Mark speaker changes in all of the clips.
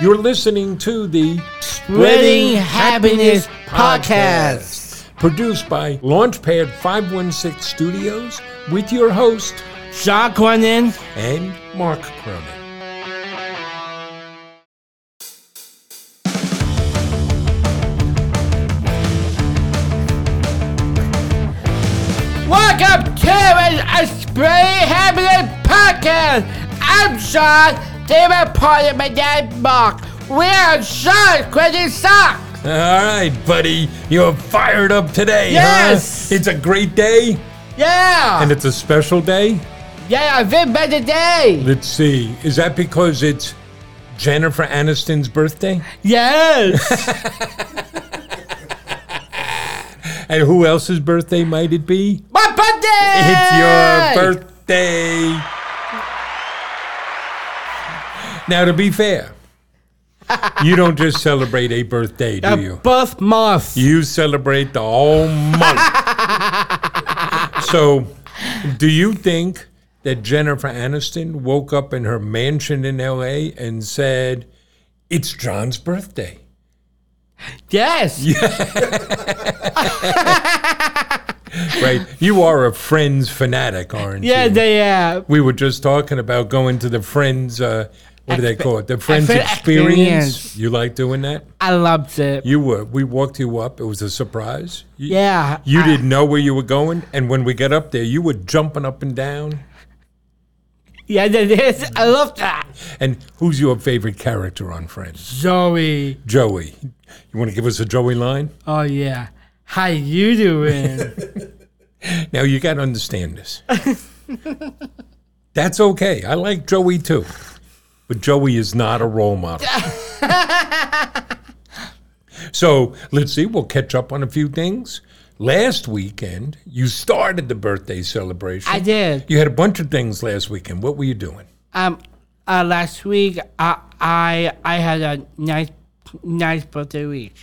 Speaker 1: You're listening to the
Speaker 2: Spreading Happiness Podcast.
Speaker 1: produced by Launchpad 516 Studios with your host
Speaker 2: Shaw Cronin.
Speaker 1: and Mark Cronin.
Speaker 2: Welcome to a Spreading Happiness Podcast. I'm Sean, David Party, my dad Mark. We are Sean Cronin Sock.
Speaker 1: All right, buddy, you're fired up today.
Speaker 2: Yes!
Speaker 1: huh? it's a great day
Speaker 2: Yeah.
Speaker 1: and it's a special day.
Speaker 2: yeah, I've been better day.
Speaker 1: Let's see, is that because it's Jennifer Aniston's birthday?
Speaker 2: Yes.
Speaker 1: And who else's birthday might it be?
Speaker 2: my birthday.
Speaker 1: It's your birthday. Now, to be fair, you don't just celebrate a birthday, do you?
Speaker 2: Birth month.
Speaker 1: You celebrate the whole month. so, do you think that Jennifer Aniston woke up in her mansion in LA and said, It's John's birthday?
Speaker 2: Yes.
Speaker 1: Right? You are a Friends fanatic, aren't you?
Speaker 2: Yeah, they uh, are.
Speaker 1: we were just talking about going to the friends uh, what do they call it the friends
Speaker 2: friend
Speaker 1: experience.
Speaker 2: experience.
Speaker 1: you like doing that
Speaker 2: I loved it.
Speaker 1: you were we walked you up it was a surprise you,
Speaker 2: Yeah.
Speaker 1: you
Speaker 2: I-
Speaker 1: didn't know where you were going and when we got up there you were jumping up and down
Speaker 2: Yeah, that is. I love that.
Speaker 1: and who's your favorite character on friends
Speaker 2: Zoe.
Speaker 1: joey you want to give us a joey line
Speaker 2: Oh yeah. How you doing?
Speaker 1: now you got to understand this that's okay i like joey too but joey is not a role model So let's see, we'll catch up on a few things. Last weekend, you started the birthday celebration.
Speaker 2: I did.
Speaker 1: You had a bunch of things last weekend. What were you doing?
Speaker 2: Um, uh, last week I I I had a nice nice birthday week.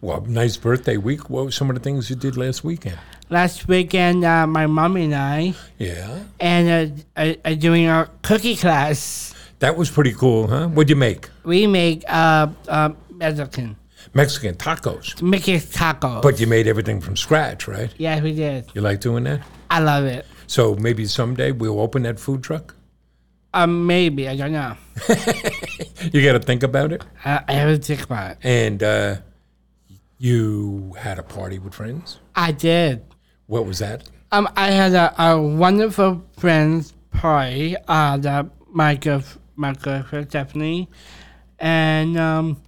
Speaker 1: Well, nice birthday week. What were some of the things you did last weekend?
Speaker 2: Last weekend, uh, my mom and I
Speaker 1: Yeah.
Speaker 2: and uh, are, are doing a cookie class.
Speaker 1: That was pretty cool, huh? What'd you make?
Speaker 2: We make uh, uh Mexican
Speaker 1: Mexican tacos.
Speaker 2: Mickey's tacos.
Speaker 1: But you made everything from scratch, right?
Speaker 2: yeah, we did.
Speaker 1: You like doing that?
Speaker 2: I love it.
Speaker 1: So maybe someday we'll open that food truck.
Speaker 2: Um, maybe I don't know. Uh,
Speaker 1: You got to think about it.
Speaker 2: I, I haven't think about it.
Speaker 1: And uh, you had a party with friends.
Speaker 2: I did.
Speaker 1: What was that?
Speaker 2: Um, I had a, a wonderful friends party. Uh, that my good my girlfriend Stephanie, and um,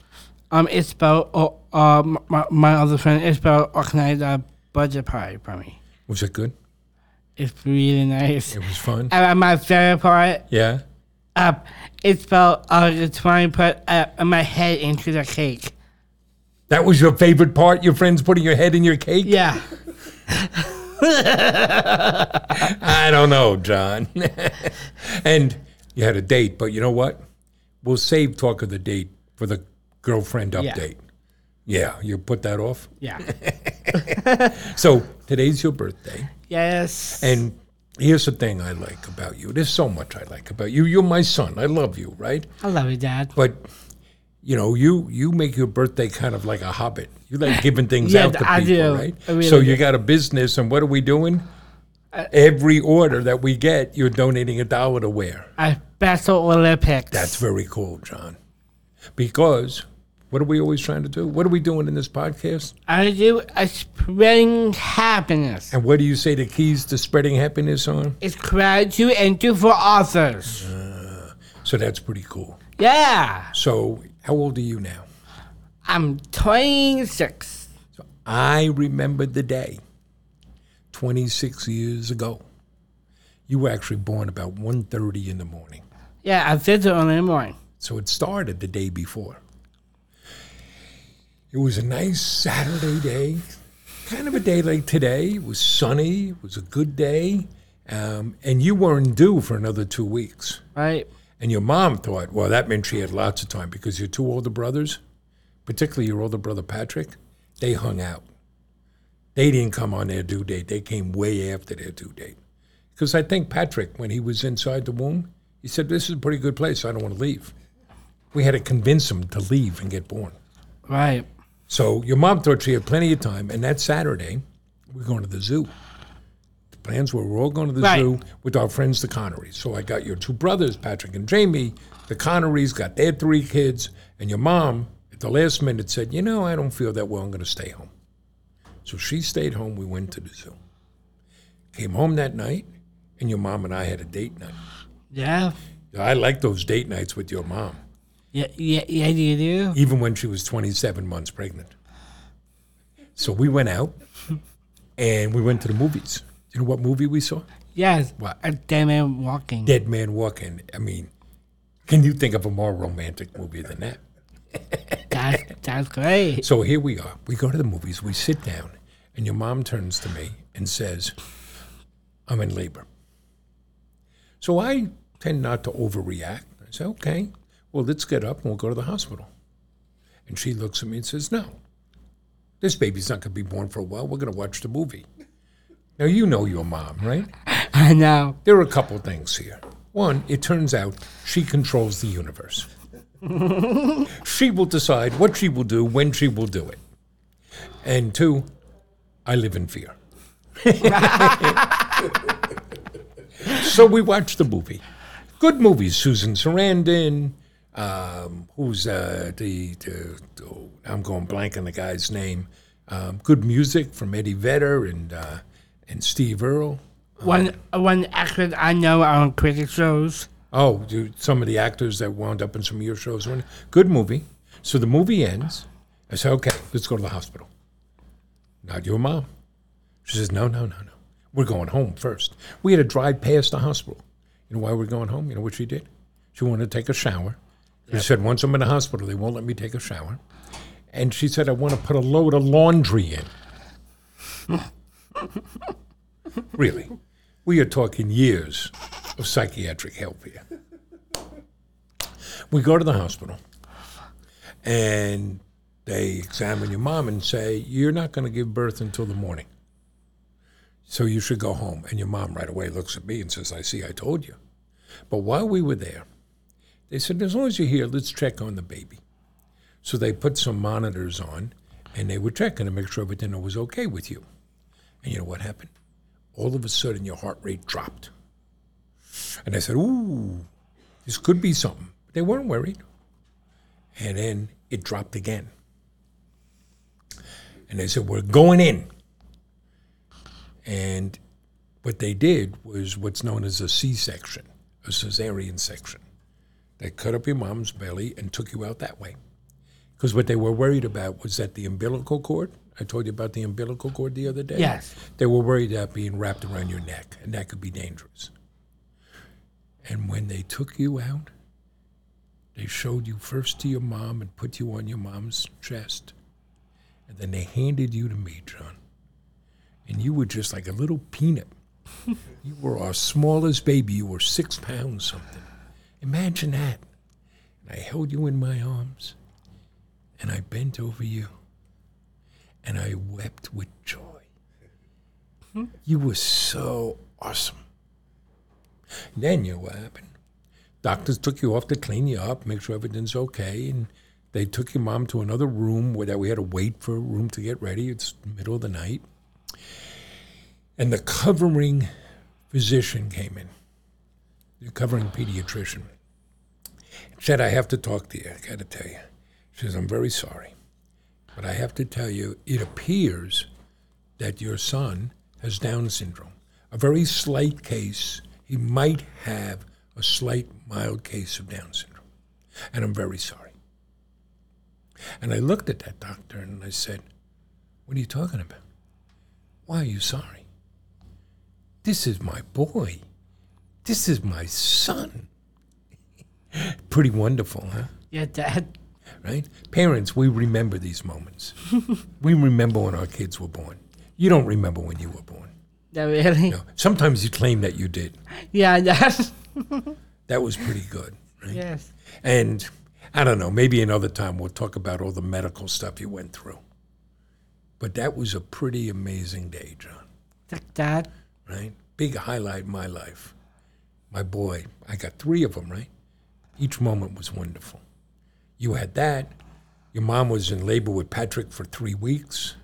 Speaker 2: um, Isabel, uh, uh, my, my other friend Isabel organized a budget party for me.
Speaker 1: Was it good?
Speaker 2: It's really nice.
Speaker 1: It was fun.
Speaker 2: And my favorite part,
Speaker 1: Yeah.
Speaker 2: uh, Isabel uh, trying to put uh, my head into the cake.
Speaker 1: That was your favorite part, your friends putting your head in your cake?
Speaker 2: Yeah,
Speaker 1: I don't know, John. and you had a date, but you know what? We'll save talk of the date for the girlfriend update. Yeah, you put that off.
Speaker 2: yeah,
Speaker 1: So today's your birthday.
Speaker 2: yes.
Speaker 1: And here's the thing I like about you. There's so much I like about you. You're my son. I love you, right?
Speaker 2: I love you, Dad.
Speaker 1: But you know, you you make your birthday kind of like a hobbit. You like giving things
Speaker 2: Yeah,
Speaker 1: out to
Speaker 2: I
Speaker 1: people,
Speaker 2: do. Uh,
Speaker 1: right?
Speaker 2: I really
Speaker 1: so you got a business, and what are we doing? Every order that we get, you're donating a dollar to wear.
Speaker 2: I Special Olympics.
Speaker 1: That's very cool, John. Because what are we always trying to do? What are we doing in this podcast?
Speaker 2: I do a spreading happiness.
Speaker 1: And what do you say the keys to spreading happiness are?
Speaker 2: It's gratitude and do for others.
Speaker 1: So that's pretty cool.
Speaker 2: Yeah.
Speaker 1: So how old are you now?
Speaker 2: I'm 26.
Speaker 1: I remember the day, 26 years ago. You were actually born about 1.30 in the morning.
Speaker 2: Yeah, I visit on the morning.
Speaker 1: So it started the day before. It was a nice Saturday day, kind of a day like today. It was sunny, it was a good day, um, and you weren't due for another two weeks.
Speaker 2: Right?
Speaker 1: And your mom thought, well, that meant she had lots of time because your two older brothers, particularly your older brother Patrick, they hung out. They didn't come on their due date. They came way after their due date. Because I think Patrick, when he was inside the womb, he said, this is a pretty good place. I don't want to leave. We had to convince him to leave and get born.
Speaker 2: Right.
Speaker 1: So your mom thought she had plenty of time, and that Saturday, we're going to the zoo. The plans were we're all going to the
Speaker 2: Right.
Speaker 1: zoo with our friends, the Connerys. So I got your two brothers, Patrick and Jamie. The Connerys got their three kids, and your mom at the last minute said, "You know, I don't feel that well. I'm going to stay home." So she stayed home. We went to the zoo. Came home that night, and your mom and I had a date night.
Speaker 2: Yeah.
Speaker 1: I like those date nights with your mom,
Speaker 2: Yeah. Yeah. Yeah. You do.
Speaker 1: even when she was 27 months pregnant. So we went out and we went to the movies. You know what movie we saw?
Speaker 2: Yes.
Speaker 1: What?
Speaker 2: A dead man walking.
Speaker 1: Dead Man Walking. I mean, can you think of a more romantic movie than that?
Speaker 2: That's that's great.
Speaker 1: So here we are. We go to the movies, we sit down, and your mom turns to me and says, I'm in labor. So I tend not to overreact. I say, okay, well, let's get up and we'll go to the hospital. And she looks at me and says, no, this baby's not going to be born for a while. We're going to watch the movie. Now, you know your mom, right?
Speaker 2: I know.
Speaker 1: There are a couple things here. One, it turns out she controls the universe. she will decide what she will do, when she will do it. And two, I live in fear. so we watched the movie. Good movies. Susan Sarandon. Um, who's uh, the, the, oh, I'm going blank on the guy's name. Um, good music from Eddie Vedder and uh, and Steve Earle.
Speaker 2: One one actor I know on cricket shows.
Speaker 1: Oh, do some of the actors that wound up in some of your shows. were in- Good movie. So the movie ends. I say, okay, let's go to the hospital. Not your mom. She says, no, no, no, no. We're going home first. We had to drive past the hospital. You know why we're going home? You know what she did? She wanted to take a shower. She said, once I'm in the hospital, they won't let me take a shower. And she said, I want to put a load of laundry in. really. We are talking years of psychiatric help here. We go to the hospital and they examine your mom and say, You're not going to give birth until the morning. So you should go home. And your mom right away looks at me and says, I see, I told you. But while we were there, they said, As long as you're here, let's check on the baby. So they put some monitors on and they were checking to make sure everything was okay with you. And you know what happened? All of a sudden, your heart rate dropped. And I said, Ooh, this could be something. They weren't worried. And then it dropped again. And they said, We're going in. And what they did was what's known as a C section, a cesarean section. They cut up your mom's belly and took you out that way. Because what they were worried about was that the umbilical cord, I told you about the umbilical cord the other day.
Speaker 2: Yes.
Speaker 1: They were worried about being wrapped around your neck, and that could be dangerous. And when they took you out, they showed you first to your mom and put you on your mom's chest. And then they handed you to me, John. And you were just like a little peanut. you were our smallest baby. You were six pounds something. Imagine that. And I held you in my arms. And I bent over you. And I wept with joy. You were so awesome. Then you know what happened? Doctors took you off to clean you up, make sure everything's okay, and they took your mom to another room where that we had to wait for a room to get ready. It's middle of the night, and the covering physician came in, the covering pediatrician. Said, "I have to talk to you. I got to tell you." She says, "I'm very sorry, but I have to tell you, it appears." that your son has Down syndrome. A very slight case. He might have a slight mild case of Down syndrome. And I'm very sorry. And I looked at that doctor and I said, What are you talking about? Why are you sorry? This is my boy. This is my son. Pretty wonderful, huh?
Speaker 2: Yeah, that
Speaker 1: right? Parents, we remember these moments. we remember when our kids were born. You don't remember when you were born.
Speaker 2: that really.
Speaker 1: No. Sometimes you claim that you did.
Speaker 2: Yeah, that's
Speaker 1: That was pretty good, right?
Speaker 2: yes.
Speaker 1: And I don't know, maybe another time we'll talk about all the medical stuff you went through. But that was a pretty amazing day, John,
Speaker 2: That, that
Speaker 1: right? Big highlight in my life. My boy, I got three of them, right? Each moment was wonderful. You had that. Your mom was in labor with Patrick for three weeks.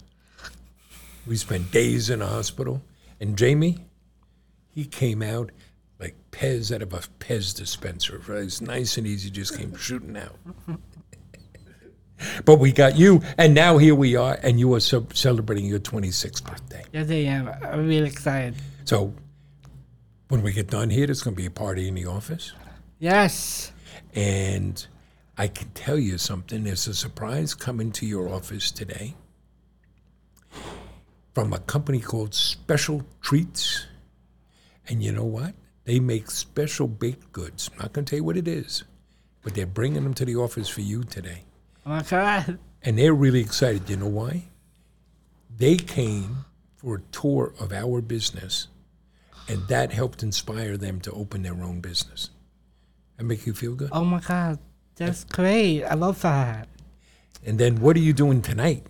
Speaker 1: We spent days in a hospital. And Jamie, he came out like Pez out of a Pez dispenser. Right? It's nice and easy, just came shooting out. but we got you, and now here we are, and you are so celebrating your 26th birthday.
Speaker 2: Yes, I am. I'm really excited.
Speaker 1: So when we get done here, there's going to be a party in the office.
Speaker 2: Yes.
Speaker 1: And I can tell you something. There's a surprise coming to your office today from a company called Special Treats. And you know what? They make special baked goods. I'm not going to tell you what it is, but they're bringing them to the office for you today.
Speaker 2: Oh my God.
Speaker 1: And they're really excited. You know why? They came for a tour of our business, and that helped inspire them to open their own business. That make you feel good?
Speaker 2: Oh my God. That's great. I love that.
Speaker 1: And then what are you doing tonight?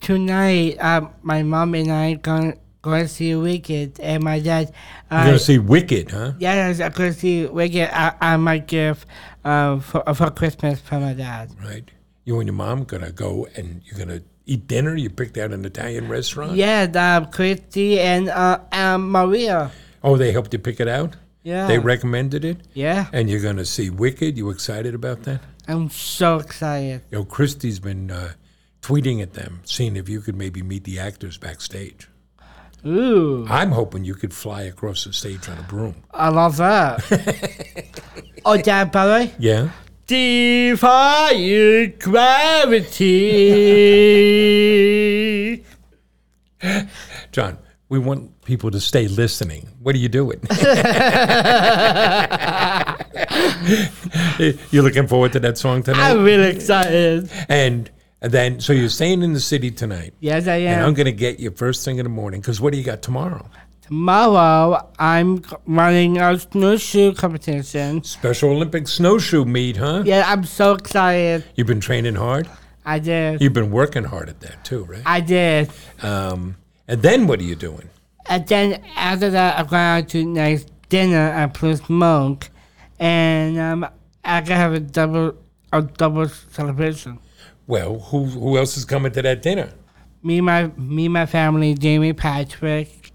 Speaker 2: Tonight, um, my mom and I going going to see Wicked, and my dad.
Speaker 1: You're going to
Speaker 2: Uh,
Speaker 1: see Wicked, huh?
Speaker 2: yes, I'm going to see Wicked. uh, I, I might give uh, for for Christmas for my dad.
Speaker 1: Right. You and your mom going to go and you're going to eat dinner. You picked out an Italian restaurant.
Speaker 2: Yeah, um, Christy and uh, um, Maria.
Speaker 1: Oh, they helped you pick it out?
Speaker 2: Yeah.
Speaker 1: They recommended it?
Speaker 2: yeah.
Speaker 1: And you're going to see Wicked? You excited about that?
Speaker 2: I'm so excited.
Speaker 1: Yo, Christie's been uh, tweeting at them, seeing if you could maybe meet the actors backstage.
Speaker 2: Ooh.
Speaker 1: I'm hoping you could fly across the stage on a broom.
Speaker 2: I love that. oh, Dad, by the way.
Speaker 1: Yeah?
Speaker 2: Defy gravity.
Speaker 1: John, we want people to stay listening. What are you doing? you looking forward to that song tonight?
Speaker 2: I'm really excited.
Speaker 1: And then, so you're staying in the city tonight,
Speaker 2: Yes, I
Speaker 1: and
Speaker 2: am.
Speaker 1: I'm going to get you first thing in the morning. Because what do you got tomorrow?
Speaker 2: Tomorrow, I'm c- running a snowshoe competition.
Speaker 1: Special Olympic snowshoe meet, huh?
Speaker 2: Yeah, I'm so excited.
Speaker 1: You've been training hard.
Speaker 2: I did.
Speaker 1: You've been working hard at that too, right?
Speaker 2: I did.
Speaker 1: Um, and then what are you doing?
Speaker 2: And then after that, I'm going out to nice dinner at Blue Smoke, and um, I can have a double a double celebration.
Speaker 1: Well, who who else is coming to that dinner?
Speaker 2: Me, my me, my family, Jamie, Patrick,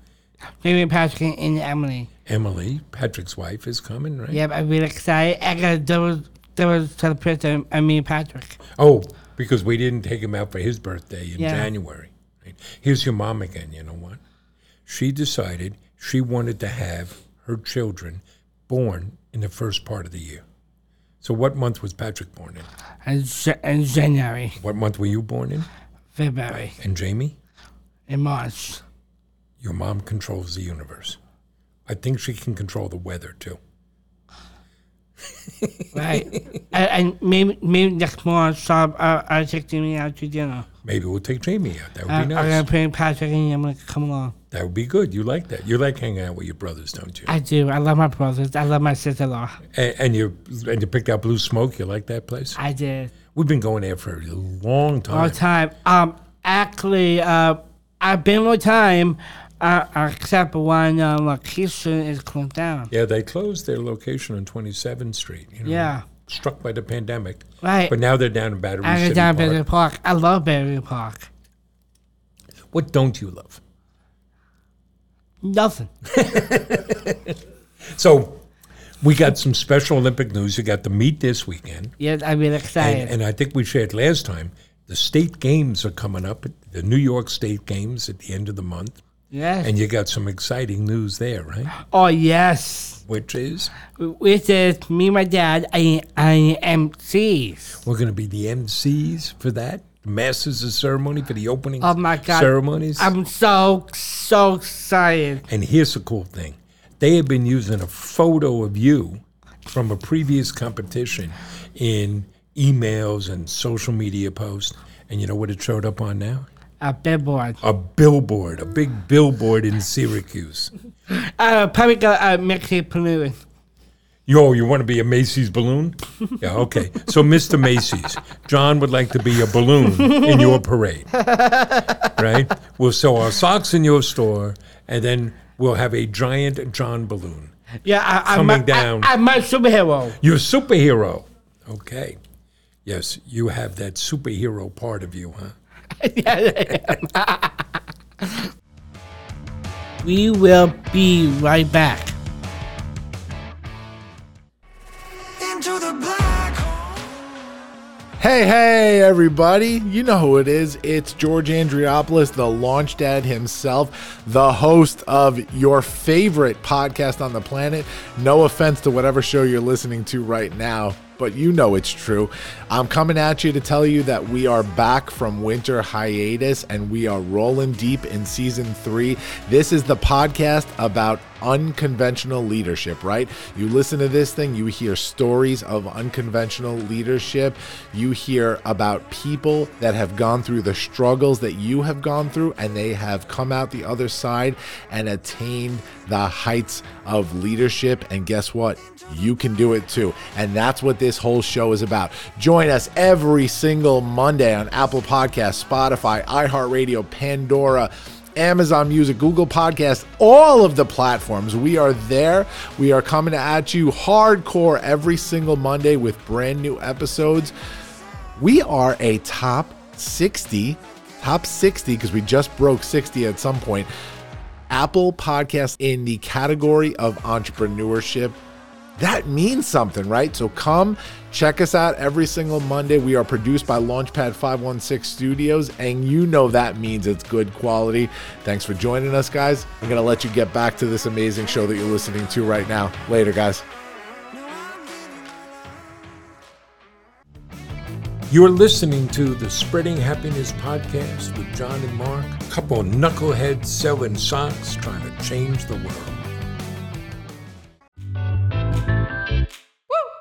Speaker 2: Jamie, Patrick, and Emily.
Speaker 1: Emily, Patrick's wife, is coming, right?
Speaker 2: Yep, I'm really excited. I got a double double celebration. I mean, Patrick.
Speaker 1: Oh, because we didn't take him out for his birthday in
Speaker 2: Yeah.
Speaker 1: January. right? Here's your mom again, you know what? She decided she wanted to have her children born in the first part of the year. So what month was Patrick born in?
Speaker 2: And, J- and January,
Speaker 1: What month were you born in?
Speaker 2: February,
Speaker 1: And Jamie,
Speaker 2: and March.
Speaker 1: your mom controls the universe. I think she can control the weather too.
Speaker 2: Right. and, and maybe maybe next March, I'll, I'll, I'll take Jamie out to dinner.
Speaker 1: Maybe we'll take Jamie out. That would
Speaker 2: Uh, I,
Speaker 1: be
Speaker 2: I'm
Speaker 1: nice.
Speaker 2: gonna bring Patrick and Emily to come along.
Speaker 1: That would be good. You like that. You like hanging out with your brothers, don't you?
Speaker 2: I do. I love my brothers. I love my sister-in-law.
Speaker 1: And, and you and you picked out Blue Smoke. You like that place?
Speaker 2: I did
Speaker 1: We've been going there for a long
Speaker 2: all
Speaker 1: time.
Speaker 2: the time. Um, actually, uh, I've been all the time, uh, except when uh, location is closed down.
Speaker 1: Yeah, they closed their location on 27th Street. You know,
Speaker 2: Yeah.
Speaker 1: Struck by the pandemic.
Speaker 2: Right.
Speaker 1: But now they're down in Battery
Speaker 2: I
Speaker 1: City
Speaker 2: go down
Speaker 1: Park.
Speaker 2: Battery Park. I love Battery Park.
Speaker 1: What don't you love?
Speaker 2: Nothing.
Speaker 1: So we got some special Olympic news. You got the meet this weekend.
Speaker 2: Yes, I'm really
Speaker 1: And,
Speaker 2: excited.
Speaker 1: and I think we shared last time, the state games are coming up, the New York State Games at the end of the month.
Speaker 2: yes.
Speaker 1: And you got some exciting news there, right?
Speaker 2: oh yes.
Speaker 1: Which is
Speaker 2: With this, me and my dad, I I am MCs.
Speaker 1: we're going to be the MCs for that. Masters of ceremony for the opening
Speaker 2: Oh, my God.
Speaker 1: ceremonies.
Speaker 2: I'm so so excited.
Speaker 1: And here's the cool thing they have been using a photo of you from a previous competition in emails and social media posts. And you know what it showed up on now?
Speaker 2: A billboard.
Speaker 1: A billboard, a big billboard in Syracuse.
Speaker 2: Uh, probably gonna uh, make it polluted.
Speaker 1: Yo, you want to be a Macy's balloon? Yeah, okay. So, Mr. Macy's, John would like to be a balloon in your parade, right? We'll sew our socks in your store, and then we'll have a giant John balloon.
Speaker 2: Yeah, I, I'm
Speaker 1: Coming
Speaker 2: a,
Speaker 1: down.
Speaker 2: I, am a superhero.
Speaker 1: You're a superhero. Okay. Yes, you have that superhero part of you, huh?
Speaker 2: We will be right back.
Speaker 3: Into the black hole.
Speaker 4: Hey, hey, everybody. You know who it is. It's George Andriopoulos, the launch dad himself, the host of your favorite podcast on the planet. No offense to whatever show you're listening to right now, but you know it's true. I'm coming at you to tell you that we are back from winter hiatus and we are rolling deep in season three. This is the podcast about unconventional leadership, right? You listen to this thing, you hear stories of unconventional leadership. You hear about people that have gone through the struggles that you have gone through, and they have come out the other side and attained the heights of leadership. And guess what? You can do it too. And that's what this whole show is about. Join us every single Monday on Apple Podcasts, Spotify, iHeartRadio, Pandora. Amazon Music, Google Podcasts, all of the platforms. We are there. We are coming at you hardcore every single Monday with brand new episodes. We are a top 60, top 60, because we just broke 60 at some point. Apple Podcast in the category of entrepreneurship that means something, right? So come check us out every single Monday. We are produced by Launchpad 516 Studios, and you know that means it's good quality. Thanks for joining us, guys. I'm going to let you get back to this amazing show that you're listening to right now. Later, guys.
Speaker 1: You're listening to the Spreading Happiness podcast with John and Mark, a couple of knuckleheads selling socks trying to change the world.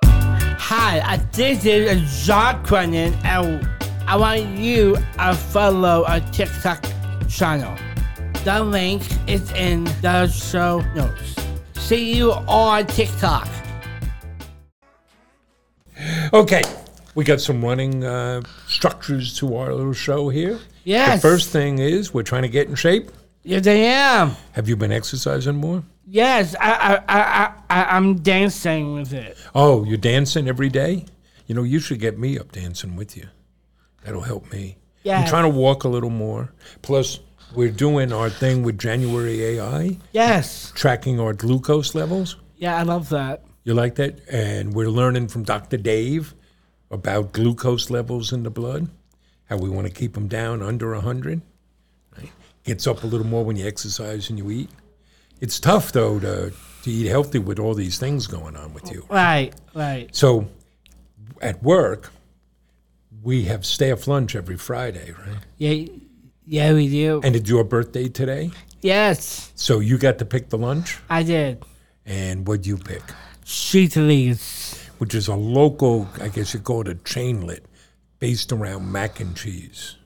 Speaker 2: Hi, uh, this is John Cronin, and I want you to follow our TikTok channel. The link is in the show notes. See you on TikTok.
Speaker 1: Okay, we got some running uh, structures to our little show here.
Speaker 2: Yes.
Speaker 1: The first thing is we're trying to get in shape.
Speaker 2: Yes, I am.
Speaker 1: Have you been exercising more?
Speaker 2: Yes, I, I, I, I, I- I'm dancing with it.
Speaker 1: Oh, you're dancing every day? You know, you should get me up dancing with you. That'll help me. I'm
Speaker 2: Yeah.
Speaker 1: trying to walk a little more. Plus, we're doing our thing with January AI,
Speaker 2: Yes.
Speaker 1: tracking our glucose levels.
Speaker 2: Yeah, I love that.
Speaker 1: You like that? And we're learning from Dr. Dave about glucose levels in the blood, how we want to keep them down under 100. Right? Gets up a little more when you exercise and you eat. It's tough, though, to, to eat healthy with all these things going on with you.
Speaker 2: Right, right.
Speaker 1: So at work, we have staff lunch every Friday, right?
Speaker 2: Yeah, yeah, we do.
Speaker 1: And it's your birthday today.
Speaker 2: yes,
Speaker 1: So you got to pick the lunch.
Speaker 2: I did.
Speaker 1: And what'd you pick?
Speaker 2: Street leaves.
Speaker 1: Which is a local, I guess you call it a chainlet, based around mac and cheese.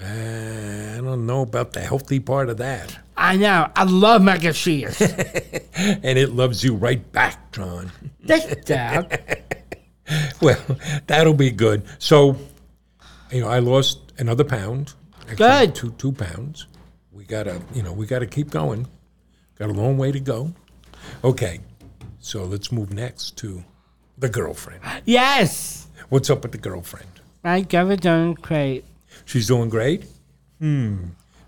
Speaker 1: Uh, I don't know about the healthy part of that.
Speaker 2: I know. I love mac and cheese.
Speaker 1: And it loves you right back, John.
Speaker 2: That's that.
Speaker 1: Well, that'll be good. So, you know, I lost another pound. Actually,
Speaker 2: Good.
Speaker 1: Two two pounds. We gotta, you know, we gotta keep going. Got a long way to go. Okay, so let's move next to the girlfriend.
Speaker 2: Yes.
Speaker 1: What's up with the girlfriend?
Speaker 2: My cover doing great.
Speaker 1: She's doing great. Hmm. So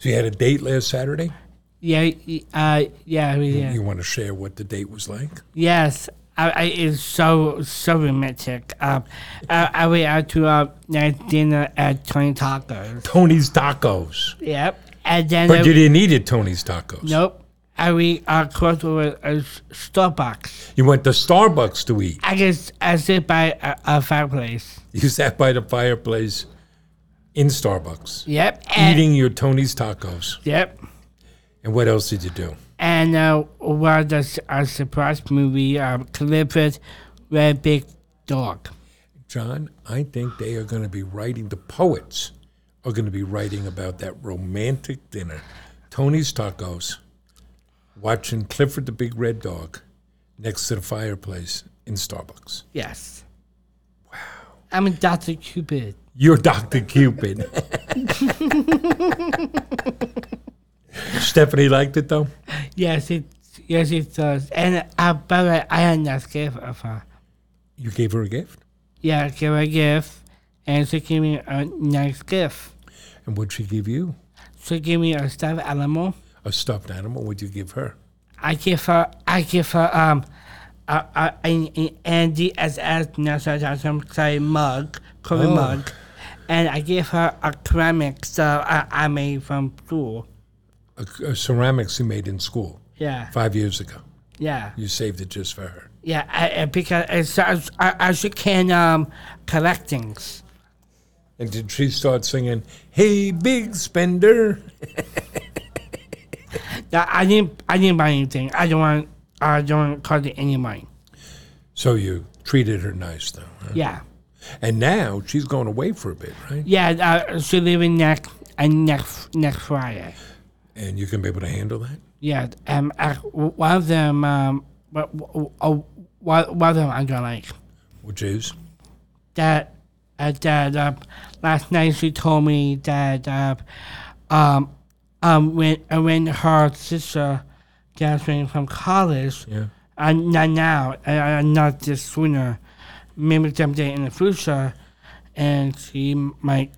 Speaker 1: you had a date last Saturday.
Speaker 2: Yeah, y- uh, yeah, we did.
Speaker 1: You want to share what the date was like?
Speaker 2: Yes, I, I is so so romantic. Um, I, I went out to a nice dinner at Tony Tacos.
Speaker 1: Tony's Tacos.
Speaker 2: Yep, and then
Speaker 1: But
Speaker 2: I-
Speaker 1: you didn't eat at Tony's Tacos.
Speaker 2: nope. I we uh, close with a s- Starbucks.
Speaker 1: You went to Starbucks to eat.
Speaker 2: I guess I sit by a, a fireplace.
Speaker 1: You sat by the fireplace in Starbucks.
Speaker 2: Yep, and,
Speaker 1: eating your Tony's tacos.
Speaker 2: Yep,
Speaker 1: And what else did you do?
Speaker 2: and uh, was a, s- a surprise movie. Um, Clifford, Red Big Dog.
Speaker 1: John, I think they are going to be writing, the poets are going to be writing about that romantic dinner, Tony's tacos, watching Clifford the Big Red Dog next to the fireplace in Starbucks.
Speaker 2: Yes. Wow. I'm a Doctor Cupid.
Speaker 1: You're Dr. Cupid. Stephanie liked it though?
Speaker 2: Yes, it yes it does. And uh, by the way, I am not scared of her.
Speaker 1: You gave her a gift?
Speaker 2: yeah, give her a gift, and she gave me a nice gift.
Speaker 1: And what'd she give you?
Speaker 2: She gave me a stuffed animal.
Speaker 1: A stuffed animal? What'd you give her?
Speaker 2: I give her, I give her um, a, a, an, an Andy SS Nelson Johnson Clay mug, coffee
Speaker 1: Oh.
Speaker 2: mug, and I give her a ceramic stuff I, I made from school.
Speaker 1: A, a ceramics you made in school
Speaker 2: Yeah,
Speaker 1: five years ago.
Speaker 2: yeah,
Speaker 1: You saved it just for her.
Speaker 2: yeah. I, I, because it's, I, I, I she can um collect things.
Speaker 1: And did she start singing, Hey, Big Spender?
Speaker 2: Yeah, I didn't, I didn't buy anything. I don't want, I don't want to cost any money.
Speaker 1: So you treated her nice, though. Huh?
Speaker 2: Yeah,
Speaker 1: And now she's going away for a bit, right?
Speaker 2: yeah. Uh, she leaving next, and next, next Friday.
Speaker 1: And you're going to be able to handle that?
Speaker 2: Yeah, um, I, one of them, um, wha- wha- uh, one one of them I don't like.
Speaker 1: Which is?
Speaker 2: That, uh, that uh, last night she told me that, uh, um, um, when uh, when her sister graduating from college,
Speaker 1: Yeah.
Speaker 2: uh, not now, uh, uh, not this sooner, maybe someday in the future, and she might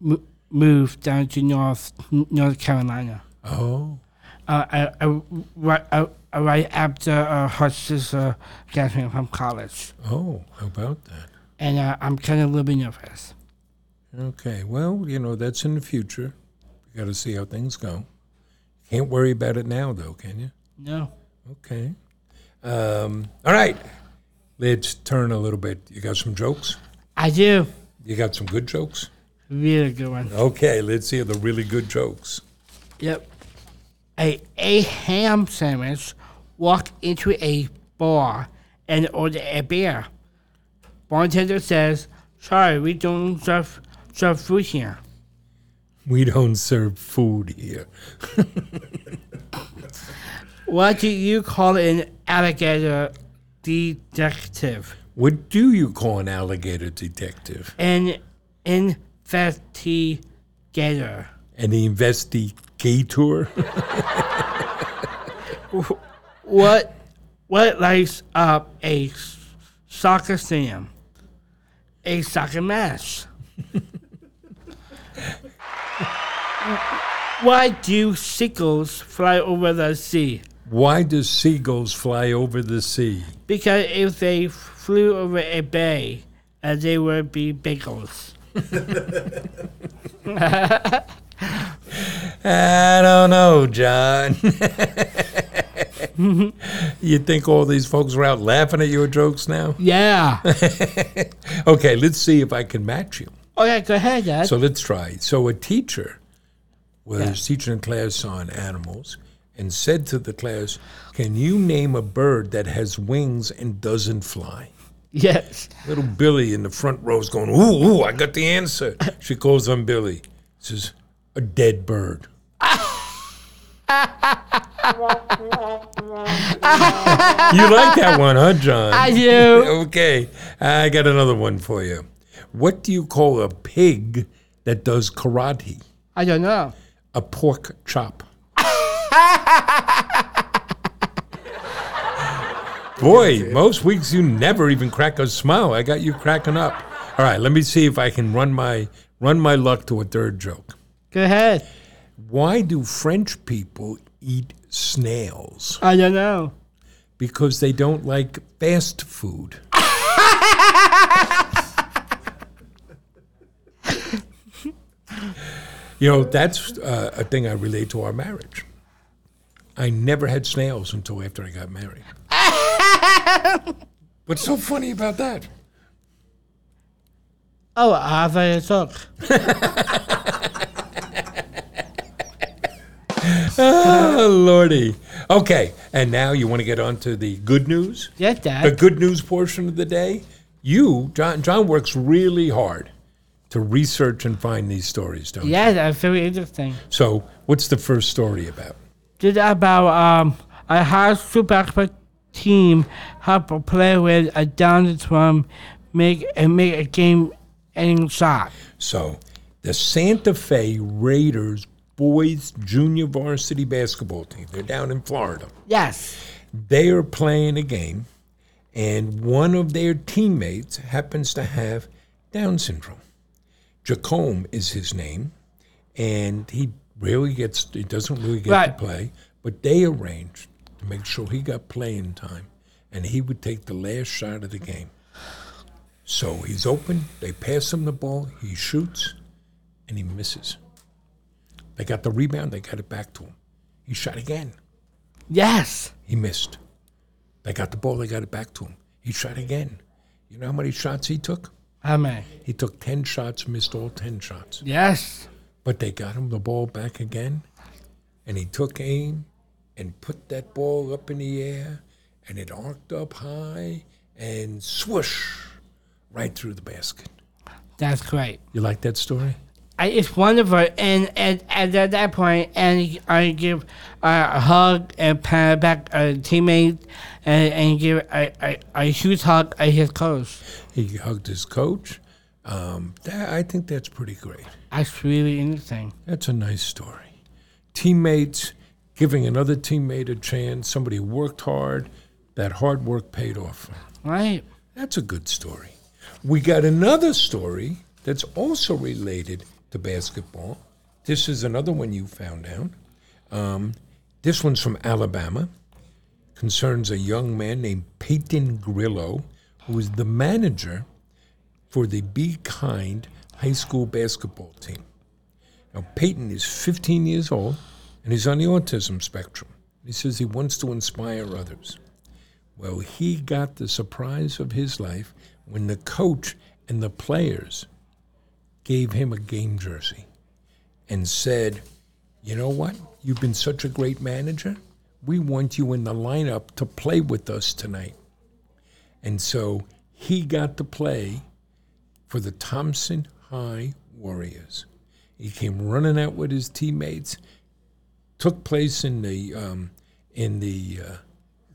Speaker 2: m- move down to North North Carolina
Speaker 1: Oh.
Speaker 2: uh, I- I- right, uh, right after uh, her sister graduated from college.
Speaker 1: Oh, how about that?
Speaker 2: And uh, I'm kind of a little bit nervous.
Speaker 1: Okay. Well, you know, that's in the future. You got to see how things go. Can't worry about it now, though, can you?
Speaker 2: No.
Speaker 1: Okay. Um, all right. Let's turn a little bit. You got some jokes?
Speaker 2: I do.
Speaker 1: You got some good jokes?
Speaker 2: Really good one.
Speaker 1: Okay, let's hear the really good jokes.
Speaker 2: Yep. A, a ham sandwich walked into a bar and ordered a beer. Bartender says, sorry, we don't serve, serve food here.
Speaker 1: We don't serve food here.
Speaker 2: What do you call an alligator detective?
Speaker 1: What do you call an alligator detective?
Speaker 2: an investigator.
Speaker 1: An investigator?
Speaker 2: What what lights up a s- soccer stadium? A soccer match. Why do seagulls fly over the sea?
Speaker 1: Why do seagulls fly over the sea?
Speaker 2: Because if they flew over a bay, uh, they would be bagels.
Speaker 1: I don't know, John. you think all these folks are out laughing at your jokes now?
Speaker 2: Yeah.
Speaker 1: Okay, let's see if I can match you.
Speaker 2: okay, go ahead, Dad.
Speaker 1: So let's try. So a teacher was teaching a class on animals and said to the class, "Can you name a bird that has wings and doesn't fly?"
Speaker 2: yes.
Speaker 1: Little Billy in the front row is going, "Ooh, ooh, I got the answer." She calls on Billy. Says, "A dead bird." you like that one, huh, John?
Speaker 2: I do.
Speaker 1: okay, I got another one for you. What do you call a pig that does karate?
Speaker 2: I don't know.
Speaker 1: A pork chop. Boy, most weeks you never even crack a smile. I got you cracking up. All right, let me see if I can run my run my luck to a third joke.
Speaker 2: Go ahead.
Speaker 1: Why do French people eat snails?
Speaker 2: I don't know.
Speaker 1: Because they don't like fast food. you know, that's uh, a thing I relate to our marriage. I never had snails until after I got married. What's so funny about that?
Speaker 2: Oh, I have a talk.
Speaker 1: Oh, Lordy. Okay, and now you want to get on to the good news?
Speaker 2: Yes,
Speaker 1: the
Speaker 2: Dad.
Speaker 1: good news portion of the day. You, John, John works really hard to research and find these stories, don't
Speaker 2: Yeah, that's very interesting.
Speaker 1: you? So, what's the first story about?
Speaker 2: This about um a high school basketball team help a player with a down from make and make a game ending shot.
Speaker 1: So, the Santa Fe Raiders boys junior varsity basketball team, they're down in Florida.
Speaker 2: Yes.
Speaker 1: They are playing a game and one of their teammates happens to have Down syndrome. Jacome is his name, and he really gets he doesn't really get
Speaker 2: Right.
Speaker 1: to play. But they arranged to make sure he got playing time, and he would take the last shot of the game. So he's open. They pass him the ball. He shoots, and he misses. They got the rebound. They got it back to him. He shot again.
Speaker 2: Yes.
Speaker 1: He missed. They got the ball. They got it back to him. He shot again. You know how many shots he took?
Speaker 2: How many?
Speaker 1: He took 10 shots, missed all 10 shots.
Speaker 2: Yes.
Speaker 1: But they got him the ball back again, and he took aim and put that ball up in the air, and it arced up high and swoosh right through the basket.
Speaker 2: That's great.
Speaker 1: You like that story?
Speaker 2: I, it's wonderful, and, and, and at that point, and I give a hug and pat back a teammate, and, and give a, a, a huge hug at his coach.
Speaker 1: He hugged his coach. Um, that, I think that's pretty great.
Speaker 2: That's really interesting.
Speaker 1: That's a nice story. Teammates giving another teammate a chance, somebody who worked hard, that hard work paid off.
Speaker 2: Right.
Speaker 1: That's a good story. We got another story that's also related to basketball. This is another one you found out. Um, this one's from Alabama. Concerns a young man named Peyton Grillo, who is the manager for the Be Kind high school basketball team. Now, Peyton is 15 years old and he's on the autism spectrum. He says he wants to inspire others. Well, he got the surprise of his life when the coach and the players gave him a game jersey and said, You know what? You've been such a great manager. We want you in the lineup to play with us tonight. And so he got to play for the Thompson High Warriors. He came running out with his teammates. Took place in the um, in the uh,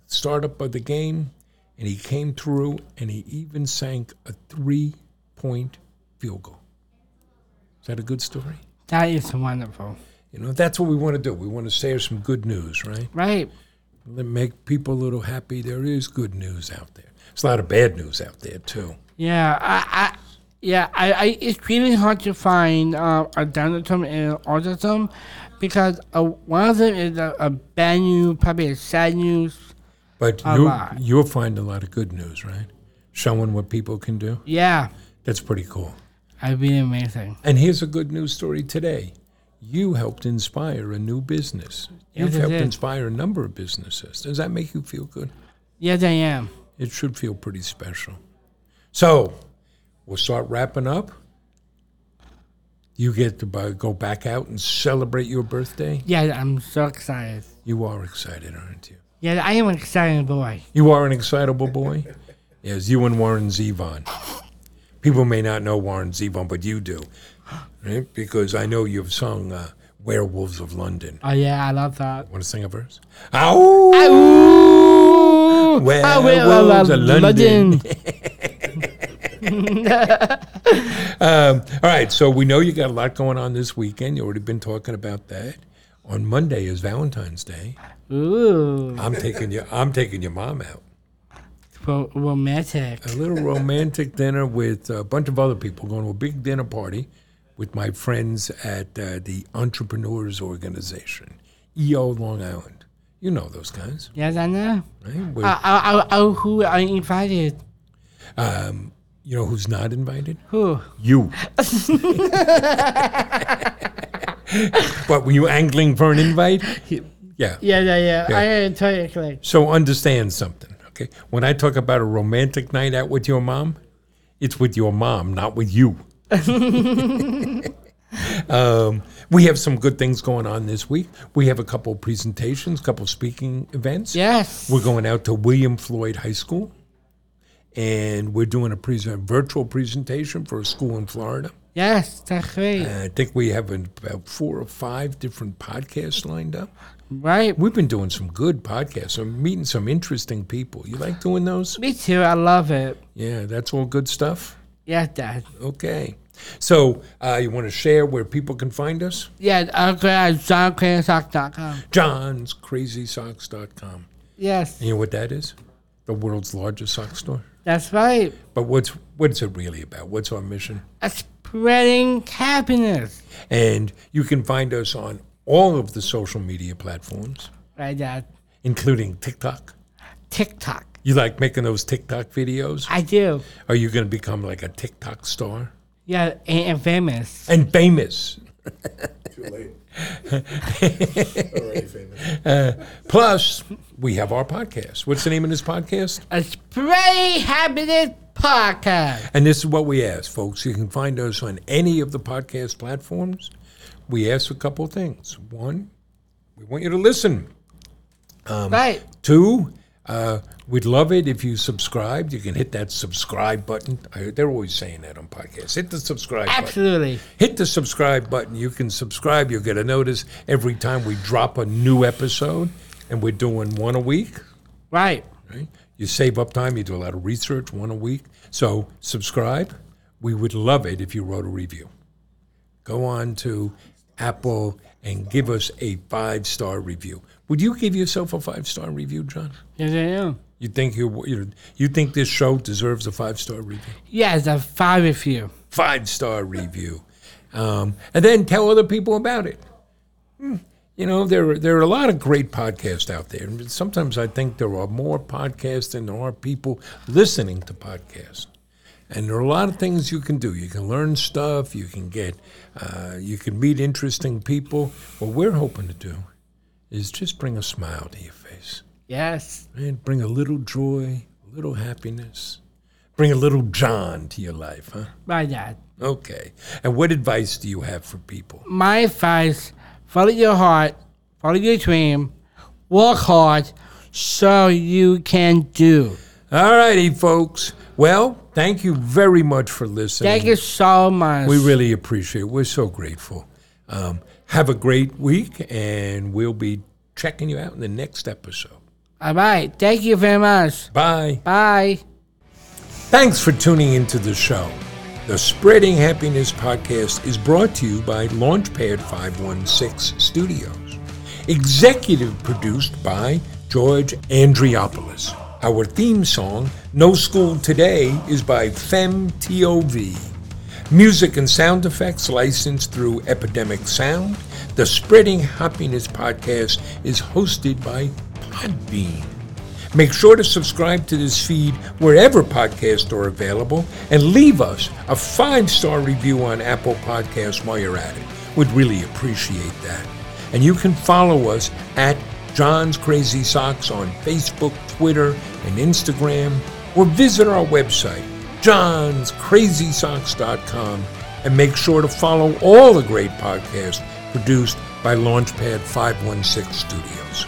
Speaker 1: startup of the game, and he came through, and he even sank a three-point field goal. Is that a good story?
Speaker 2: That is wonderful.
Speaker 1: You know, that's what we want to do. We want to share some good news, right?
Speaker 2: Right.
Speaker 1: Let- Make people a little happy. There is good news out there. There's a lot of bad news out there too.
Speaker 2: Yeah. I. I yeah, I, I, it's really hard to find uh, a Down syndrome and autism because uh, one of them is a, a bad news, probably a sad news.
Speaker 1: But
Speaker 2: A
Speaker 1: you
Speaker 2: lot.
Speaker 1: you'll find a lot of good news, right? Showing what people can do.
Speaker 2: Yeah,
Speaker 1: That's pretty cool.
Speaker 2: I'd be amazing.
Speaker 1: And here's a good news story today. You helped inspire a new business. You've
Speaker 2: Yes, I
Speaker 1: helped
Speaker 2: did.
Speaker 1: inspire a number of businesses. Does that make you feel good?
Speaker 2: Yes, I am.
Speaker 1: It should feel pretty special. So, we'll start wrapping up. You get to bu- go back out and celebrate your birthday.
Speaker 2: Yeah, I'm so excited.
Speaker 1: You are excited, aren't you?
Speaker 2: Yeah, I am an excited boy.
Speaker 1: You are an excitable boy. yes, you and Warren Zevon. People may not know Warren Zevon, but you do, right? Because I know you've sung uh, "Werewolves of London."
Speaker 2: Oh yeah, I love that. Ah,
Speaker 1: Want to sing a verse? Ow!
Speaker 2: Ooh, Ah,
Speaker 1: Werewolves
Speaker 2: I will
Speaker 1: of
Speaker 2: love
Speaker 1: London. All right, Um, so we know you got a lot going on this weekend. You already been talking about that. On Monday is Valentine's Day.
Speaker 2: Ooh,
Speaker 1: I'm taking your I'm taking your mom out.
Speaker 2: ro- romantic.
Speaker 1: A little romantic dinner with a bunch of other people. Going to a big dinner party with my friends at uh, the Entrepreneurs Organization, EO Long Island. You know those guys,
Speaker 2: Yes, I know.
Speaker 1: right? With,
Speaker 2: Uh, uh, uh, uh, who I invited?
Speaker 1: you know who's not invited?
Speaker 2: Who?
Speaker 1: You. but were you angling for an invite? Yeah.
Speaker 2: Yeah, yeah, yeah.
Speaker 1: Yeah.
Speaker 2: I am totally correct.
Speaker 1: So understand something, okay? When I talk about a romantic night out with your mom, it's with your mom, not with you. um, we have some good things going on this week. We have a couple presentations, couple speaking events.
Speaker 2: Yes.
Speaker 1: We're going out to William Floyd High School, and we're doing a present, virtual presentation for a school in Florida.
Speaker 2: Yes, that's great.
Speaker 1: And I think we have about four or five different podcasts lined up.
Speaker 2: right.
Speaker 1: We've been doing some good podcasts. I'm meeting some interesting people. You like doing those?
Speaker 2: Me too. I love it.
Speaker 1: Yeah, that's all good stuff.
Speaker 2: Yeah, Dad.
Speaker 1: Okay. So uh, you want to share where people can find us?
Speaker 2: Yeah, I'm great at johncransock.com.
Speaker 1: John'sCrazySocks.com.
Speaker 2: Yes.
Speaker 1: You know what that is? the world's largest sock store.
Speaker 2: That's right.
Speaker 1: But what's what's it really about? What's our mission?
Speaker 2: A spreading happiness.
Speaker 1: And you can find us on all of the social media platforms,
Speaker 2: Right, Dad.
Speaker 1: including TikTok.
Speaker 2: TikTok.
Speaker 1: You like making those TikTok videos?
Speaker 2: I do.
Speaker 1: Are you going to become like a TikTok star
Speaker 2: Yeah, and, and famous.
Speaker 1: and famous?
Speaker 4: Too late. Already famous.
Speaker 1: Uh, Plus, we have our podcast. What's the name of this podcast?
Speaker 2: A spreading happiness podcast.
Speaker 1: And this is what we ask, folks. You can find us on any of the podcast platforms. We ask a couple of things. One, we want you to listen.
Speaker 2: right.
Speaker 1: Two, uh, we'd love it if you subscribed. You can hit that subscribe button. I, they're always saying that on podcasts. Hit the subscribe button.
Speaker 2: Absolutely.
Speaker 1: Hit the subscribe button. You can subscribe. You'll get a notice every time we drop a new episode, and we're doing one a week.
Speaker 2: Right.
Speaker 1: Right? You save up time. You do a lot of research, one a week. So subscribe. We would love it if you wrote a review. Go on to Apple and give us a five star review. Would you give yourself a five star review, John?
Speaker 2: Yes, I am.
Speaker 1: You think you you you think this show deserves a five star review?
Speaker 2: Yes, a five of you.
Speaker 1: Five star review, um, and then tell other people about it. Hmm, You know there are, there are a lot of great podcasts out there. Sometimes I think there are more podcasts than there are people listening to podcasts. And there are a lot of things you can do. You can learn stuff. You can get, uh, you can meet interesting people. What we're hoping to do is just bring a smile to your face.
Speaker 2: Yes.
Speaker 1: And bring a little joy, a little happiness. Bring a little John to your life, huh?
Speaker 2: Right, Dad.
Speaker 1: Okay. And what advice do you have for people?
Speaker 2: My advice follow your heart, follow your dream, work hard so you can do.
Speaker 1: All righty, folks. Well, thank you very much for listening.
Speaker 2: Thank you so much.
Speaker 1: We really appreciate it. We're so grateful. Um, have a great week, and we'll be checking you out in the next episode.
Speaker 2: All right. Thank you very much.
Speaker 1: Bye.
Speaker 2: Bye.
Speaker 1: Thanks for tuning into the show. The Spreading Happiness podcast is brought to you by Launchpad 516 Studios. Executive produced by George Andriopoulos. Our theme song, No School Today, is by FemTOV. Music and sound effects licensed through Epidemic Sound. The Spreading Happiness podcast is hosted by Podbean. Make sure to subscribe to this feed wherever podcasts are available and leave us a five star review on Apple Podcasts while you're at it. We'd really appreciate that. And you can follow us at John's Crazy Socks on Facebook, Twitter, and Instagram, or visit our website, johnscrazysocks.com, and make sure to follow all the great podcasts produced by Launchpad 516 Studios.